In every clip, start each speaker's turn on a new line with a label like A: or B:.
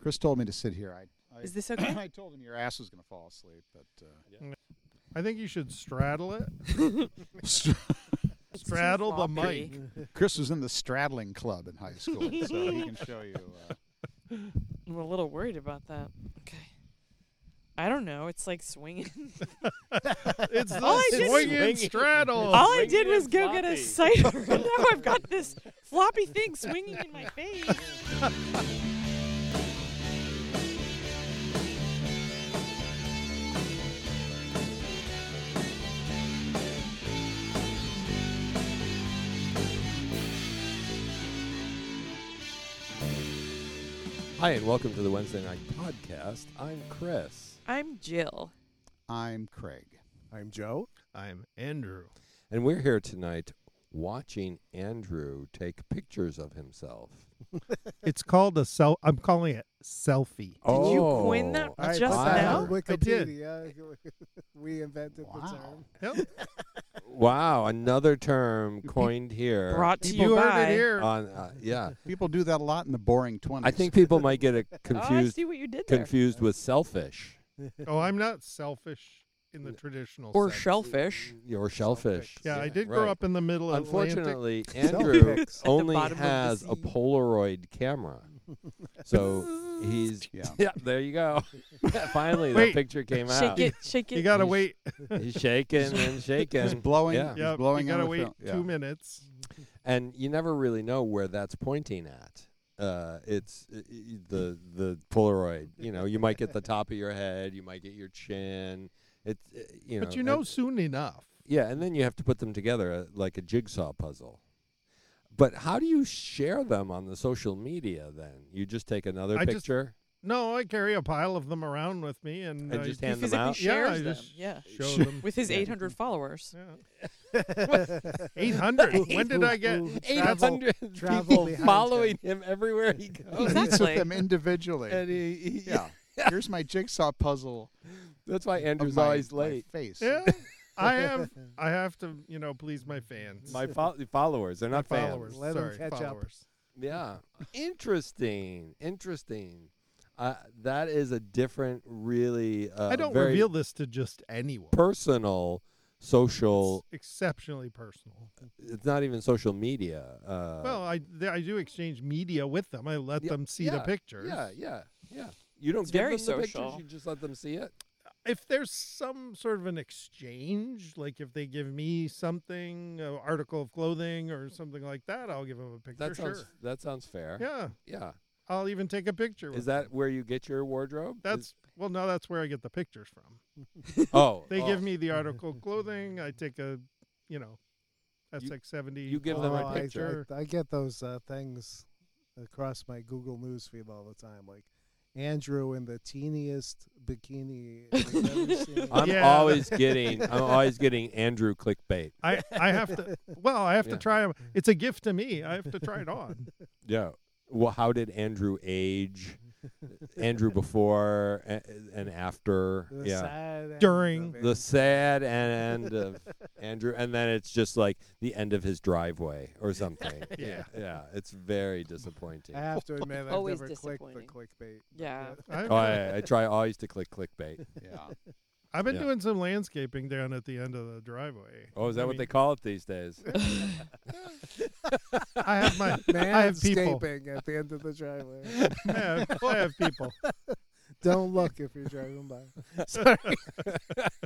A: Chris told me to sit here. I, I
B: Is this okay?
A: I told him your ass was going to fall asleep, but uh,
C: I think you should straddle it.
B: It's too
C: straddle the
B: floppy.
C: mic.
A: uh, Chris was in the straddling club in high school, so he can show you. Uh,
B: I'm a little worried about that. Okay. I don't know. It's like swinging.
C: It's the
B: All I did-
C: swinging
D: Swinging.
C: straddle.
B: All I
D: swinging
B: did
D: and
B: was go get a
D: floppy.
B: cider. now I've got this floppy thing swinging in my face.
D: Hi, and welcome to the Wednesday Night Podcast. I'm Chris.
B: I'm Jill.
A: I'm Craig.
E: I'm Joe.
C: I'm Andrew.
D: And we're here tonight watching Andrew take pictures of himself.
C: It's called a self. I'm calling it selfie.
B: Did you
D: Oh,
B: coin that
E: I
B: just
E: put
D: wow.
E: that
B: now?
E: on
C: Oh, I did.
E: Wikipedia. we invented the
A: Wow.
E: term.
C: Yep.
D: uh, Wow, another term coined here.
B: Brought to you,
C: you heard
B: by.
C: it here.
D: on, uh, yeah,
A: People do that a lot in the boring twenties.
D: I think people might get it
B: Oh, I
D: confused
B: see what you did there.
D: confused with selfish
C: oh, I'm not selfish in the traditional
B: Or
C: sense.
B: shellfish.
D: or shellfish.
C: Yeah, I did grow
D: right.
C: up in the middle of
D: Unfortunately,
E: Selfie
D: Andrew
E: pics. At
B: the
D: only
B: bottom of the
D: has a
B: sea.
D: Polaroid camera, so he's
A: Yeah.
D: yeah. There you go. Finally, the
C: Wait.
D: picture came out.
B: Shake it, shake
C: You
B: it.
C: gotta
D: He's-
C: wait.
D: He's shaking and
A: He's
D: shaking.
A: blowing.
D: Yeah.
A: He's
C: Yeah,
A: blowing.
C: you gotta
A: on the
C: wait
A: film.
C: two
A: Yeah.
C: minutes.
D: and you never really know where that's pointing at. Uh, it's uh, y- the the Polaroid. You know, you might get the top of your head, you might get your chin. It's uh, you know,
C: but you know,
D: and-
C: soon enough.
D: yeah, and then you have to put them together uh, like a jigsaw puzzle. But how do you share them on the social media? Then you just take another
C: I just-
D: picture.
C: No, I carry a pile of them around with me, and
D: And
C: I
D: just hand
B: He
D: them
B: physically
D: out.
C: Yeah, I
B: shares them.
C: just-
B: Yeah.
C: show them.
B: With his
D: Yeah.
B: 800 followers.
C: Eight hundred. When did I get?
D: Eight hundred
E: travel
D: people
E: behind him.
D: following him. everywhere he
A: He
D: goes.
A: meets
B: Exactly.
A: with them individually.
D: And he- he-
A: yeah. Here's my jigsaw puzzle.
D: That's why
A: Of
D: Andrew's
A: my,
D: always
A: my
D: late.
A: face.
C: Yeah, I have. I have to, you know, please my fans.
D: My fol- followers, they're
C: My
D: not fans.
C: followers.
E: Let 'em
C: Sorry,
E: catch up.
C: followers.
D: Yeah. Interesting. Interesting. Uh, that is a different, really. Uh,
C: I don't
D: very
C: reveal this to just anyone.
D: personal social.
C: It's exceptionally personal.
D: It's not even social media. Uh,
C: well, I th- I do exchange media with them. I let
D: Yeah,
C: them see the
D: yeah,
C: pictures.
D: yeah, yeah, yeah. You don't
B: It's
D: give
B: very
D: them the pictures.
B: social.
D: You just let them see it.
C: Uh, If there's some sort of an exchange, like if they give me something, an article of clothing or something like that, I'll give them a picture.
D: That sounds.
C: sure.
D: That sounds fair.
C: Yeah,
D: Yeah.
C: I'll even take a picture.
D: Is
C: with
D: that where you get your wardrobe? Is-
C: That's well, no, that's where I get the pictures from.
D: oh.
C: They
D: oh.
C: give me the article of clothing. I take a, you know, SX seventy. uh,
D: you give them a
E: Oh, I- I-
D: picture.
E: I, get those uh, things across my Google News feed all the time, like Andrew in the teeniest bikini I've ever seen.
D: I'm
C: Yeah.
D: always getting. I'm always getting Andrew clickbait.
C: I I have to. Well, I have
D: Yeah.
C: to try 'em. It's a gift to me. I have to try it on.
D: Yeah. Well, how did Andrew age? Andrew before a- and after.
E: The
D: yeah.
E: sad end
C: During
E: of it.
D: The sad and end of Andrew, and then it's just like the end of his driveway or something.
C: Yeah.
D: Yeah. It's very disappointing.
E: I have to admit, I've
B: Always
E: never clicked the
B: disappointing.
E: clickbait.
B: Yeah.
C: I,
D: Oh, I, I try always to click clickbait.
A: Yeah.
C: I've been
D: yeah.
C: doing some landscaping down at the end of the driveway.
D: Oh, is that
C: I
D: what they
C: mean,
D: call it these days?
C: I have my. I have people.
E: Manscaping at the end of the driveway.
C: I have, I have people.
E: Don't look if you're driving by.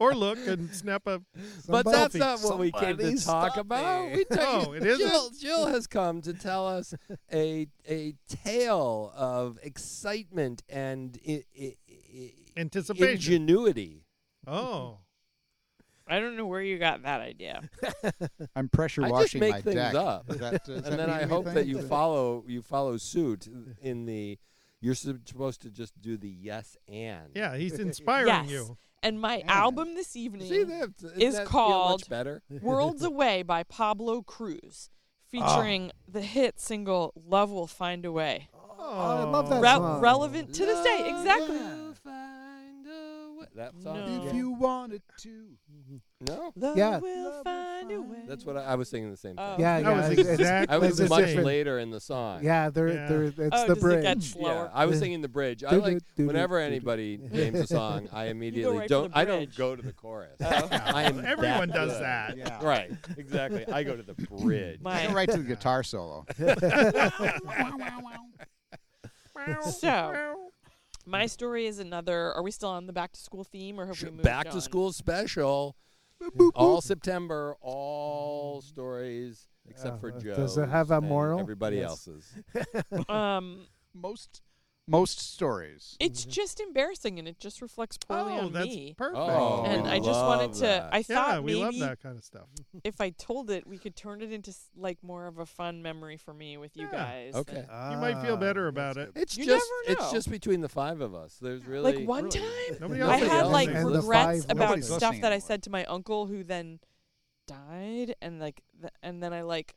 C: Or look and snap a.
D: But
E: Somebody-
D: that's not what we came
E: somebody
D: to talk
E: stop
D: about.
E: me.
D: We took-
C: Oh, it isn't?
D: Jill, Jill has come to tell us a a tale of excitement and I, I, I,
C: Anticipation.
D: ingenuity.
C: Oh,
B: I don't know where you got that idea.
A: I'm pressure
D: I just
A: washing
D: make
A: my
D: things
A: deck.
D: up.
A: Is that- does that
D: and then
A: mean
D: I hope that
A: anything?
D: you follow you follow suit in the. You're sup- supposed to just do the yes and.
C: yeah, he's inspiring
B: Yes.
C: you.
B: And my
A: Yeah.
B: album this evening,
D: See that is
B: Is called-
D: much better.
B: Worlds Away by Pablo Cruz,
E: Ah.
B: featuring the hit single Love Will Find a Way.
C: Oh,
E: I love that
B: Re-
E: song.
B: relevant to this day,
D: Love
B: exactly.
D: will find a way. that
B: No.
D: song?
A: If you wanted to.
D: No,
B: Love
E: Yeah.
B: will find a way.
D: that's what I, I was singing. The same thing.
B: Oh.
E: Yeah,
C: That
E: yeah.
C: was
E: it's- it's-
C: exactly
D: I
E: It's
D: was
E: a
D: much
E: different-
D: later in the song.
E: Yeah, they're,
C: Yeah.
E: they're, it's
B: Oh,
E: the
B: does it
E: bridge.
B: get
D: Yeah,
B: slower?
D: I was
E: Yeah.
D: singing the bridge. I
E: Doo-doo,
D: like
E: doo-doo,
D: whenever
E: doo-doo.
D: anybody names a song, I immediately
B: right for
D: don't.
B: the
D: I don't
B: bridge.
D: go to the chorus.
B: Oh.
D: I am that
C: Everyone does
D: good.
C: that.
A: Yeah.
D: Right, exactly. I go to the bridge.
A: I go
B: My,
A: right to the guitar solo.
B: So- my story is another. Are we still on the back to school theme, or have
D: Sh-
B: we moved
D: Back
B: on?
D: to school special. All September, all stories except
E: Uh,
D: for Joe.
E: does it have a moral?
D: Everybody
E: Yes.
D: else's.
B: Um,
A: most most stories.
B: it's
E: Mm-hmm.
B: just embarrassing, and it just reflects poorly
C: oh,
B: on
C: that's
B: me.
C: perfect.
D: Oh,
B: and
D: we
B: I just
D: love
B: wanted to.
D: that.
B: I thought
C: yeah, we
B: maybe
C: love that kind of stuff.
B: if I told it, we could turn it into s- like more of a fun memory for me with you
C: Yeah,
B: guys.
D: okay.
B: than-
E: Ah,
C: You might feel better about it.
D: It's
B: You
D: just
B: never
D: it's
B: know.
D: just between the five of us. There's really
B: like one
C: really.
B: time,
C: Nobody
B: I
C: else
D: Nobody
B: had
D: else
B: like
D: is listening.
B: regrets
E: And the
B: about
E: five
B: stuff
A: listening
B: that I
A: anymore.
B: said to my uncle, who then died, and like, th- and then I like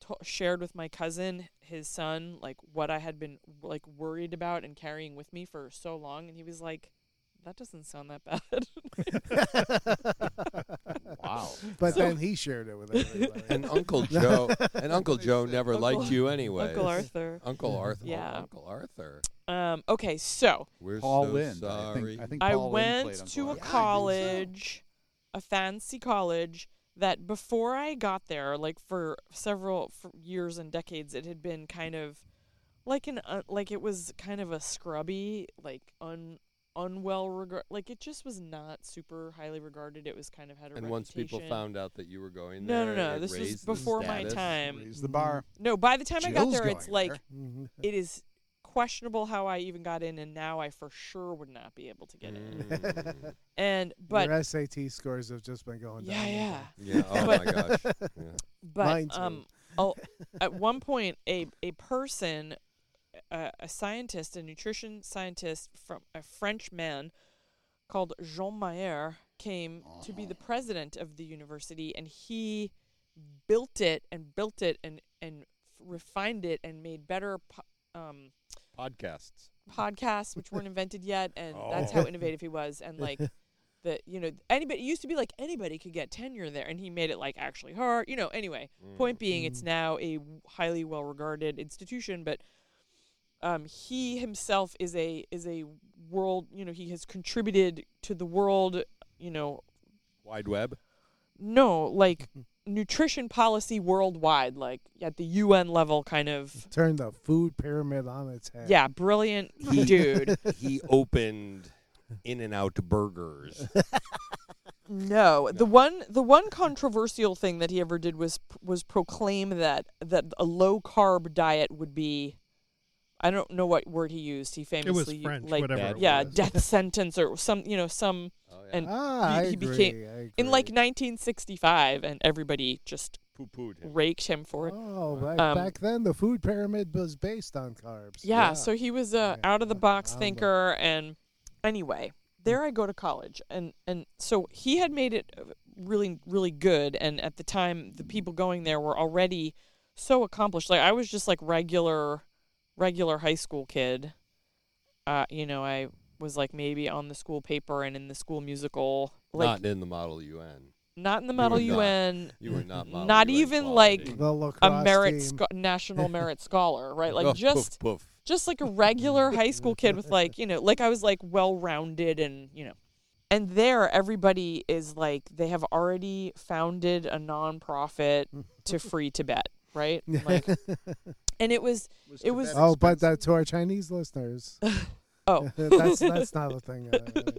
B: to shared with my cousin, his son, like what I had been like worried about and carrying with me for so long, and he was like, "That doesn't sound that bad."
D: wow.
E: But then he shared it with everybody.
D: And Uncle Joe and Uncle Joe never
B: Uncle-
D: liked you anyway.
B: Uncle Arthur.
D: Uncle Arthur.
B: Yeah.
D: Uncle Arthur.
B: Um. Okay, so
D: We're
A: Paul
D: so
A: Lynn. I
D: sorry.
A: think, I think
B: I
A: Paul Lynn played
B: went
A: Uncle
B: to a
A: Arthur.
D: so.
B: college, a fancy college that before I got there, like for several for years and decades, it had been kind of like an un like it was kind of a scrubby, like un unwell regard. Like it just was not super highly regarded. It was kind of had a
D: and once people
B: reputation.
D: found out that you were going
B: no,
D: there,
B: no, no,
D: it
B: this was
D: raised the
B: before my
D: status.
B: time.
A: Raise the bar.
B: No, by the time I got
A: Jill's
B: there, it's
A: going
B: like
A: there.
E: Mhm.
B: it is questionable how I even got in, and now I for sure would not be able to get in.
D: Mm.
B: And but
E: Your SAT scores have just been going
B: Yeah,
E: down.
B: yeah.
D: Yeah. Oh my gosh. Yeah.
B: But
E: Mine too.
B: um, oh, at one point, a a person, a, a scientist, a nutrition scientist from a French man called Jean Mayer came to be the president of the university, and he built it and built it and and refined it and made better. Po- um,
D: Podcasts.
B: podcasts which weren't invented yet and that's how innovative he was and like the you know anybody it used to be like anybody could get tenure there and he made it like actually hard you know anyway
D: Mm,
B: point being
C: Mm.
B: it's now a w- highly well regarded institution but um, he himself is a is a world you know he has contributed to the world you know
D: Wide web.
B: no like nutrition policy worldwide like at the UN level kind of
E: Turn the food pyramid on its head.
B: yeah brilliant dude
D: he opened In and Out Burgers.
B: No, the one the one controversial thing that he ever did was was proclaim that that a low carb diet would be, I don't know what word he used. He
C: It was
B: famously u-
C: French,
B: like
C: whatever.
D: that.
C: it
B: yeah,
C: was.
B: death sentence or some you know some
D: Oh,
B: And-
E: Ah,
B: He-
E: I
B: he
E: agree,
B: became-
E: I
B: in like
E: agree.
B: 1965, and everybody just
D: poo pooed him.
B: raked him for it.
E: Oh, back,
B: Um,
E: back then the food pyramid was based on carbs.
B: Yeah,
D: yeah.
B: so he was a
E: Yeah,
B: out of the box
E: out of the-
B: thinker, and anyway, there I go to college, and and so he had made it uh, really really good, and at the time the people going there were already so accomplished. Like I was just like regular, regular high school kid. Uh, you know, I was like maybe on the school paper and in the school musical, like not,
D: not in the Model UN.
B: in the
D: you
B: Model
D: were not.
B: UN,
D: You were not Model
B: Not
D: UN
B: even,
D: quality.
B: like,
E: The lacrosse
B: a merit
E: team.
B: scho- national merit scholar, right? Like
D: Oh,
B: just
D: poof, poof.
B: just like a regular high school kid with like you know like i was like well rounded and you know and there everybody is like they have already founded a nonprofit to free tibet right like and it was It was-
A: Tibet
E: oh, but
A: expensive?
E: that to our Chinese listeners.
B: oh
E: that's that's not a thing. Uh, anymore.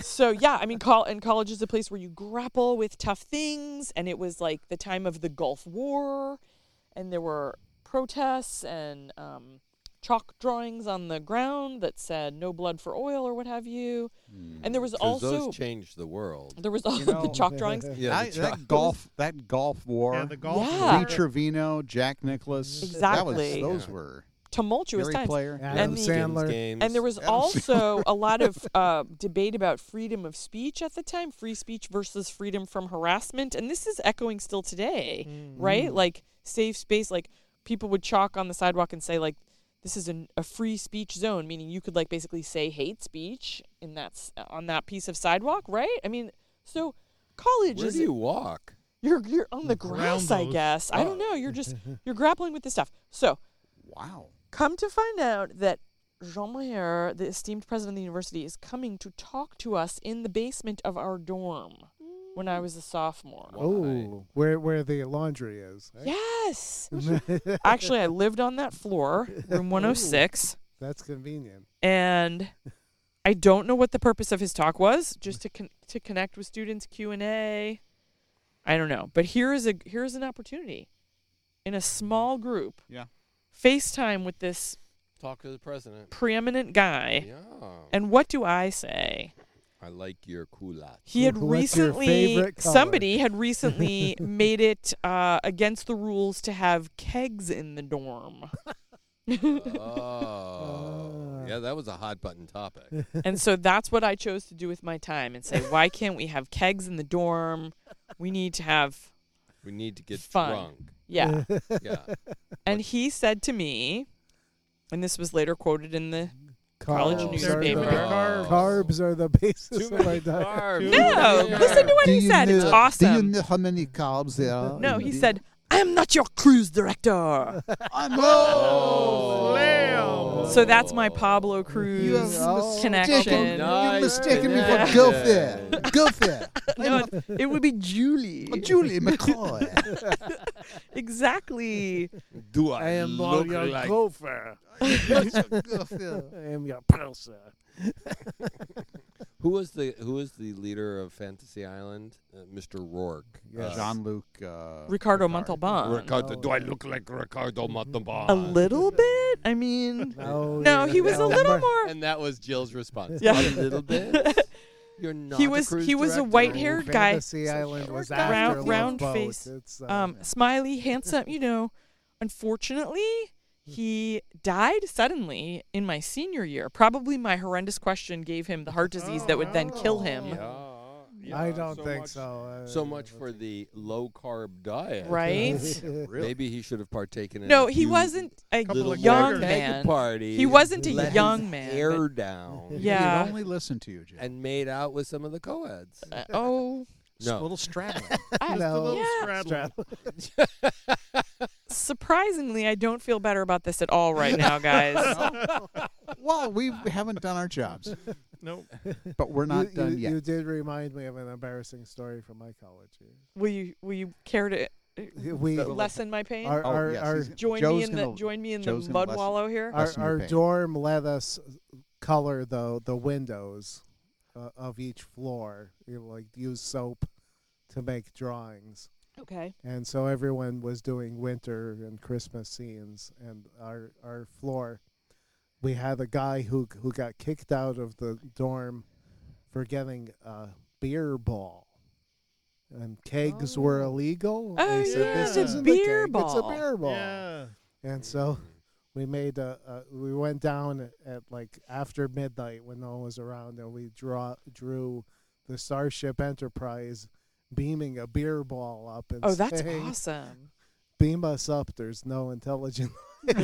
B: so yeah i mean col- and college is a place where you grapple with tough things and it was like the time of the gulf war and there were protests and um, chalk drawings on the ground that said no blood for oil or what have you and there was
D: 'Cause
B: also
D: those changed the world.
B: There was all the
A: know-
B: chalk drawings.
D: Yeah,
A: I-
D: the
A: that
D: chocolate-
A: golf, that golf war.
C: Yeah, the golf.
B: Yeah.
A: Lee Trevino, Jack Nicholas.
B: Exactly.
A: That was, those
D: Yeah.
A: were
B: Tumultuous
A: Gary
B: times.
A: Player.
E: Adam
B: And the-
E: Sandler.
D: games.
B: And there was
A: Adam
B: also a lot of uh, debate about freedom of speech at the time, free speech versus freedom from harassment. And this is echoing still
D: Mm.
B: today, right? Like safe space, like people would chalk on the sidewalk and say, like, this is an, a free speech zone, meaning you could like basically say hate speech in that s- on that piece of sidewalk, right? I mean, so college
D: Where
B: is
D: do you walk?
B: you're you're on the grass, I
C: Groundos.
B: guess. I
D: Uh,
B: don't know. You're just you're grappling with this stuff. So
A: Wow.
B: come to find out that Jean Mayer, the esteemed president of the university, is coming to talk to us in the basement of our dorm when I was a sophomore.
D: Why?
E: Oh, where where the laundry is. right?
B: Yes. Actually, I lived on that floor, room 106,
E: That's convenient.
B: and I don't know what the purpose of his talk was, just to con- to connect with students Q&A. I don't know, but here is a here is an opportunity in a small group.
A: Yeah.
B: FaceTime with this
D: Talk to the president.
B: preeminent guy.
D: Yeah.
B: And what do I say?
D: I like your culotte.
B: He had
E: What's your
B: recently
E: favorite color?
B: somebody had recently made it uh, against the rules to have kegs in the dorm,
D: oh.
E: Ah.
D: Yeah, that was a hot button topic.
B: and so that's what I chose to do with my time and say, why can't we have kegs in the dorm? We need to have
D: We need to get
B: Fun. yeah.
D: drunk. Yeah.
B: and he said to me, and this was later quoted in the College
E: Carbs
C: newspaper.
E: are the
C: Therapeutic
E: ba-
C: carbs.
E: Oh, Carbs are the basis
D: Too
E: of my
D: many
E: diet.
D: carbs.
B: no.
D: Yeah.
B: Listen to what he said. It's
A: Do you
B: awesome.
A: know how many carbs there
E: Oh,
A: are?
B: No,
A: in
B: he
A: the-
B: said, I'm not your cruise director.
A: I'm
D: Oh,
C: slam.
B: So that's my
E: Oh.
B: Pablo Cruz
E: have
B: connection.
A: mistaken- You
D: Nice
A: Oh, mistaken me
B: connection.
A: for Gopher. Gopher.
B: No, it, it would be Julie.
A: Julie McCoy.
B: Exactly.
D: Do I,
E: I am
D: look
E: not your
D: like
E: gopher.
A: Gopher.
E: I am your pulser.
D: who was the who was the leader of Fantasy Island? Uh, Mr. Rourke.
E: Yes.
D: John.
A: Jean Luc. Uh,
B: Ricardo
A: Ricard.
B: Montalban.
D: Ricardo.
E: Oh,
D: Do I
E: yeah.
D: look like Ricardo Montalban?
B: A little bit? I mean,
E: No,
B: no,
E: yeah,
B: he was a
E: no,
B: little
E: my-
B: more.
D: And that was Jill's response.
B: Yeah.
D: A little bit. You're not.
B: He
D: a
B: was-
D: cruise
B: he was a
D: director.
B: white-haired- Weird guy.
E: Fantasy Island was
B: guy.
E: after
B: Round-
E: Love
B: round
E: Boat.
B: face.
E: It's, uh,
B: Um, smiley, handsome, you know. Unfortunately, he died suddenly in my senior year. Probably my horrendous question gave him the heart disease that would then kill him.
D: Oh. Yeah, yeah,
E: I don't
D: so
E: think
D: much-
E: so. uh,
D: So much for the low carb diet.
B: Right?
A: Really?
D: Maybe he should have partaken in
B: No,
D: a
B: he
D: few
B: wasn't a
C: Couple
D: little
C: of
B: young
C: Keg
B: man.
D: Party.
B: He wasn't a
D: let his
B: young man,
D: Hair down.
A: He
B: Yeah.
A: would only listen to you, Jim.
D: And made out with some of the co-eds.
B: Uh, oh,
A: Just
D: No.
A: a little straddling.
B: I-
E: No.
C: little
B: yeah.
C: straddling.
B: surprisingly, I don't feel better about this at all right now, guys.
A: well, we haven't done our jobs,
C: Nope.
A: but we're
E: You-
A: not
E: you,
A: done yet.
E: you did remind me of an embarrassing story from my college years.
B: will you? Will you care to uh,
E: We,
B: lessen my pain?
E: our,
A: Oh,
E: our,
A: yes,
E: our,
A: he's-
B: join
A: Joe's
B: me in the
A: gonna-
B: join me in
A: Joe's
B: the
A: gonna
B: mud
A: bless-
B: wallow here.
E: our,
A: Lessen your
E: our
A: pain.
E: dorm let us uh, color the the windows uh, of each floor. You know, like use soap to make drawings,
B: Okay.
E: and so everyone was doing winter and Christmas scenes. And our our floor, we had a guy who who got kicked out of the dorm for getting a beer ball. And kegs were
B: Oh.
E: illegal.
B: Oh,
E: they said, this
C: yeah,
E: isn't
B: beer
E: a keg, It's
B: ball."
E: a beer ball.
C: Yeah.
E: And so we made a, a we went down at, at like after midnight when no one was around, and we draw drew the Starship Enterprise beaming a beer ball up and
B: Oh, that's
E: saying,
B: awesome.
E: "Beam us up." There's no intelligent.
B: but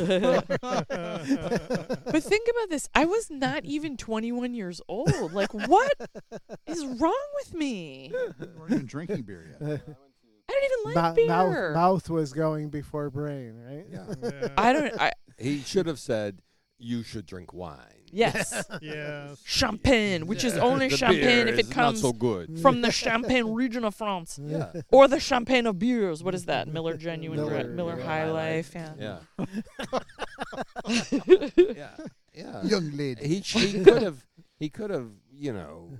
B: think about this. I was not even 21 years old. Like, what is wrong with me?
A: we weren't even drinking beer yet.
B: I don't even like
E: Mou-
B: beer.
E: mouth, mouth was going before brain, right?
D: Yeah.
C: Yeah.
B: I don't. I
D: He should have said, "You should drink wine."
B: yes,
C: yeah.
B: champagne, which is only
D: the
B: champagne
D: beer
B: if
D: is
B: it comes
D: not so good.
B: from the Champagne region of France
D: Yeah.
B: or the Champagne of beers. What is that? Miller Genuine
E: Miller,
B: Red- Miller,
E: yeah.
B: High
D: High
B: Life.
D: Life,
B: Yeah.
D: Yeah. yeah. Yeah.
A: Young lady.
D: He, sh- he could have he could have you know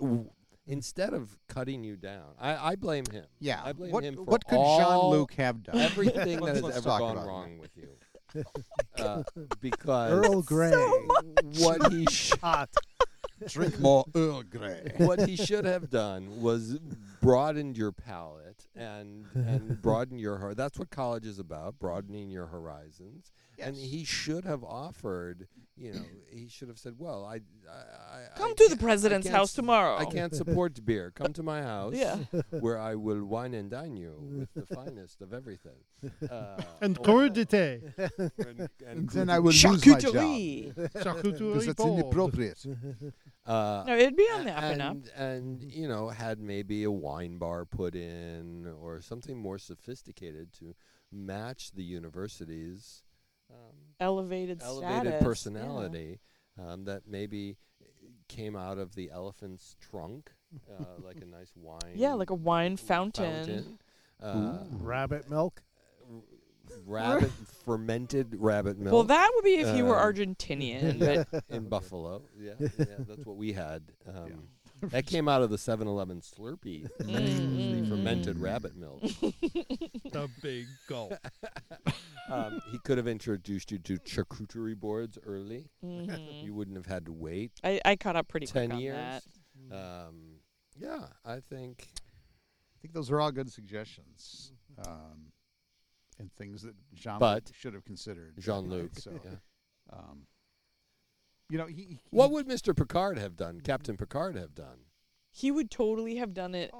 D: w- instead of cutting you down. I, I blame him.
A: Yeah.
D: I blame
A: what,
D: him for
A: what could
D: all-
A: Jean Luc have done?
D: Everything that
A: Let's-
D: has
A: let's
D: ever
A: talk
D: gone
A: about it.
D: wrong with you. Uh, because
E: Earl Grey.
D: what he sh-
E: Hot.
A: Drink more Earl Grey.
D: what he should have done was broadened your palate and and broaden your heart. That's what college is about, broadening your horizons. And
A: Yes.
D: he should have offered you know, he should have said, "Well, I, I, I
B: Come
D: I
B: to the
D: can't- I
B: president's
D: can't
B: house
D: s-
B: tomorrow."
D: I can't support beer. Come to my house,
B: Yeah.
D: where I will wine and dine you with the finest of everything." Uh,
C: And
D: or-
C: crudité,
D: and- and
A: then I will lose my job
B: Charcuterie.
A: because
C: charcuterie
A: it's
C: board.
A: inappropriate.
D: Uh,
B: No, it'd be on
D: a-
B: the up
D: and,
B: and up.
D: and, you know, had maybe a wine bar put in or something more sophisticated to match the university's um,
B: Elevated,
D: elevated
B: status, yeah.
D: personality um, that maybe eh, came out of the elephant's trunk, uh, like a nice wine.
B: Yeah, like a wine fountain.
D: fountain, uh,
E: Rabbit milk.
D: rabbit fermented rabbit milk.
B: Well, that would be if you were
D: Um,
B: Argentinian, but
D: in Buffalo. Yeah, yeah, that's what we had. Um, That came out of the 7-Eleven Slurpee,
B: Mm,
D: the
B: mm,
D: fermented
A: mm.
D: rabbit milk.
C: The big gulp.
D: um, he could have introduced you to charcuterie boards early.
B: mhm.
D: You wouldn't have had to wait
B: I, I caught up pretty quick
D: ten
B: on
D: years.
B: that.
D: Um, yeah, I think
A: I think those are all good suggestions, um, and things that Jean
D: But-
A: should have considered. right?
D: Jean Luc.
A: So,
D: yeah.
A: um, you know, he, he
D: What would Mr. Picard have done? Captain Picard have done?
B: He would totally have done it.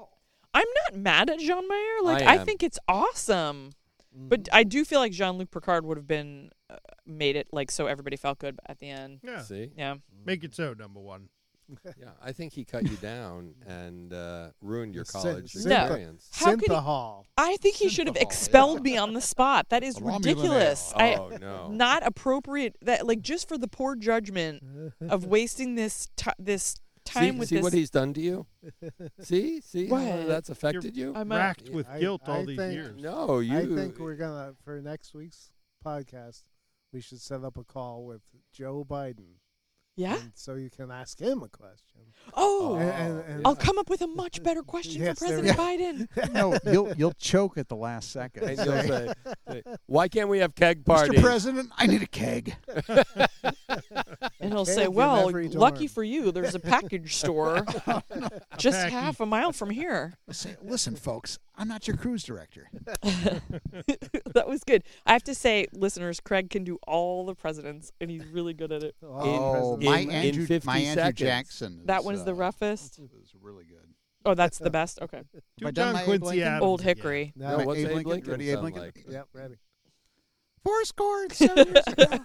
B: I'm not mad at Jean Mayer. Like
D: I
B: I,
D: am. Mm.
B: think it's awesome, but uh, I do feel like Jean Luc Picard would have been uh, made it like so everybody felt good at the end.
C: Yeah,
D: See,
B: Yeah,
C: make it so. Number one.
E: Mm.
D: yeah, I think he cut you down and uh, ruined your
E: Sin-
D: college
E: sin-
B: No.
D: experience.
B: How can he-
E: Synthahol.
B: I think he should have
D: Oh,
A: Simple, yeah.
B: expelled me on the spot. That is
A: Romulan ale.
B: ridiculous. I,
D: oh no!
B: not appropriate. That like just for the poor judgment of wasting this ti this time
D: see,
B: with
D: see
B: this.
D: what he's done to you. see, see, how
B: What?
D: that's affected you.
B: I'm a-
C: Racked with
E: I-
C: guilt all
E: I
C: these
E: think-
C: years.
D: no, you.
E: I think we're gonna for next week's podcast. We should set up a call with Joe Biden,
B: yeah.
E: and so you can ask him a question.
B: Oh,
E: And- and- and-
B: I'll come up with a much better question
E: Yes,
B: for
E: there
B: President Biden.
A: no, you'll you'll choke at the last second.
D: And
A: Say,
D: you'll say, say, "Why can't we have keg
A: Mr.
D: parties?"
A: President, I need a keg.
B: And he'll
E: Can't
B: say,
E: give
B: "Well,
E: every
B: lucky
E: dorm."
B: for you, there's a package store just
C: Packy.
B: half a mile from here."
A: I'll say, listen, folks, I'm not your cruise director.
B: that was good. I have to say, listeners, Craig can do all the presidents, and he's really good at it.
E: All
A: oh,
E: presidents-
A: my
D: in- in
A: Andrew,
D: 50
A: my Andrew
D: seconds.
A: Jackson.
B: That
A: is,
B: one's
A: uh,
B: the roughest.
A: Is really good.
B: Oh, that's the best. Okay,
C: Do
A: I done my
C: John
A: Abe
C: Quincy
A: Lincoln?
C: Adams.
B: Old
C: again.
B: Hickory.
E: No,
A: My
D: Now, what's
A: Abe
D: Abe
A: Lincoln?
D: Lincoln
A: Ready, Abe
D: sound
A: Lincoln?
D: like?
E: Yep, ready.
A: Forrest Gord. seven years ago.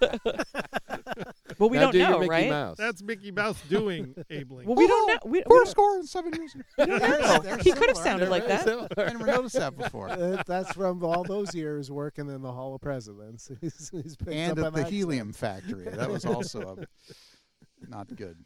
B: Well, we
D: Now
B: don't
D: do your
B: know,
D: Mickey
B: right?
D: Mouse.
C: That's Mickey Mouse doing Abe
B: Well,
C: Lincoln.
B: we don't
A: Oh,
B: know. We, we
A: Forrest
B: don't,
A: Gordon seven years ago.
B: we don't know. He could have sounded
D: They're
B: like
D: very
B: that.
D: similar.
A: I never noticed that before.
E: Uh, that's from all those years working in the Hall of Presidents. He's- he's picked
A: and
E: up
A: at
E: an
A: the
E: accent.
A: helium factory. That was also a, not good.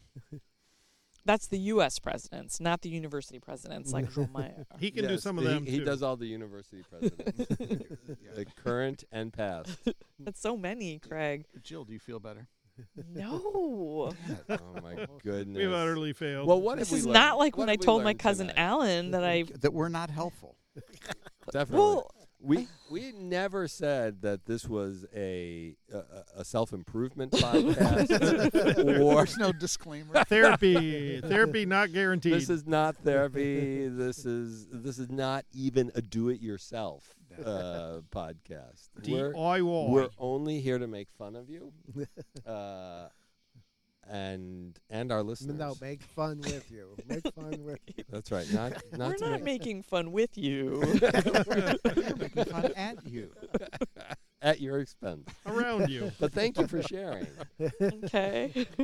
B: That's the U.S. presidents, not the university presidents, like Joel Meyer.
C: He can do
D: Yes,
C: some of
D: he-
C: them
D: He,
C: too.
D: does all the university presidents,
A: Yeah.
D: the current and past.
B: That's so many, Craig.
A: Jill, do you feel better?
B: No.
D: Oh my goodness!
C: We've utterly failed.
D: well, what
B: This
D: have we
B: is
D: learned?
B: not like
D: What
B: when I
D: have we
B: told my
D: learned
B: cousin
D: tonight?
B: Alan that I.
A: That we're not helpful.
D: Definitely.
B: Well,
D: we we never said that this was a a, a self improvement podcast or
A: There's no disclaimer.
C: therapy, therapy not guaranteed.
D: This is not therapy. this is this is not even a do-it-yourself uh, podcast. We're,
C: DIY.
D: we're only here to make fun of you, uh, and and our listeners.
E: No, make fun with you. Make fun with.
D: That's right. Not not
B: we're
D: to
B: not
D: make
B: making fun with you.
A: We're making fun at you.
D: at your expense.
C: around you.
D: But thank you for sharing.
B: Okay.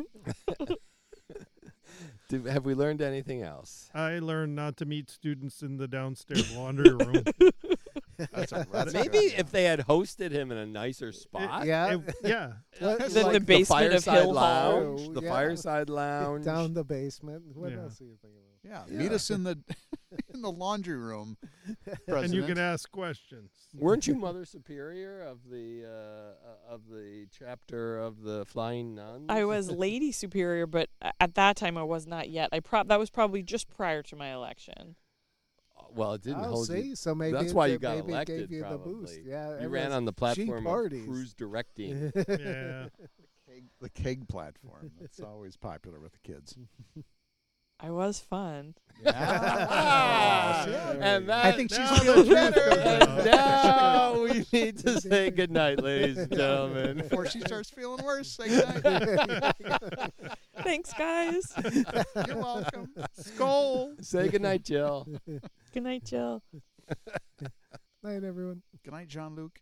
D: Do, have we learned anything else?
C: I learned not to meet students in the downstairs laundry room.
A: That's a, that's a
D: Maybe
A: good-
D: if they had hosted him in a nicer spot.
E: Yeah,
C: It- yeah.
E: What-
D: It's
B: Then
D: like
B: the basement of
D: fireside
B: Hill Hall.
D: lounge, The
E: Yeah.
D: fireside lounge.
E: down the basement. What
C: Yeah.
E: else are you thinking about?
A: yeah,
D: Yeah.
A: meet us in the in the laundry room.
C: And you
A: President.
C: can ask questions.
D: Weren't you Mother Superior of the uh, uh, of the chapter of the Flying Nuns?
B: I was Lady Superior, but a- at that time I was not yet. I prob that was probably just prior to my election.
D: Well, it didn't
E: oh,
D: hold
E: see,
D: you.
E: so maybe
D: That's why
E: it-
D: you got
E: maybe
D: elected.
E: Gave you
D: probably.
E: the boost. Yeah,
D: you
E: it
D: ran
E: was-
D: on the platform of
E: parties.
D: cruise directing.
C: Yeah.
A: Keg- the keg platform. That's always popular with the kids.
B: I was fun.
D: Ah,
A: Yeah.
D: And that,
A: I think she's
D: now
A: feeling
D: the
A: better.
D: better. And
A: Yeah.
D: now we need to say goodnight, ladies and gentlemen.
A: Before she starts feeling worse, say goodnight.
B: Thanks, guys.
A: You're welcome. Skull.
D: Say goodnight, Jill.
B: Good night, Jill.
E: Night, everyone.
A: Good night, John Luke.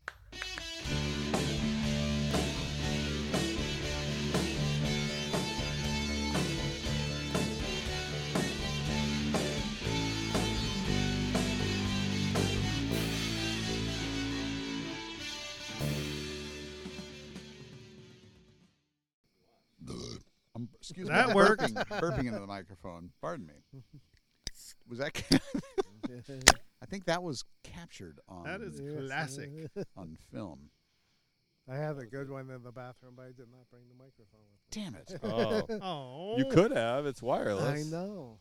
A: Um, excuse me.
C: That
A: I'm
C: works.
A: Burping, burping into the microphone. Pardon me. Was that? I think that was captured on
C: That is
E: Yes.
C: classic.
A: on film.
E: I had a good one in the bathroom, but I did not bring the microphone with me.
A: Damn it.
D: Oh,
C: Oh,
D: you could have. It's wireless.
E: I know.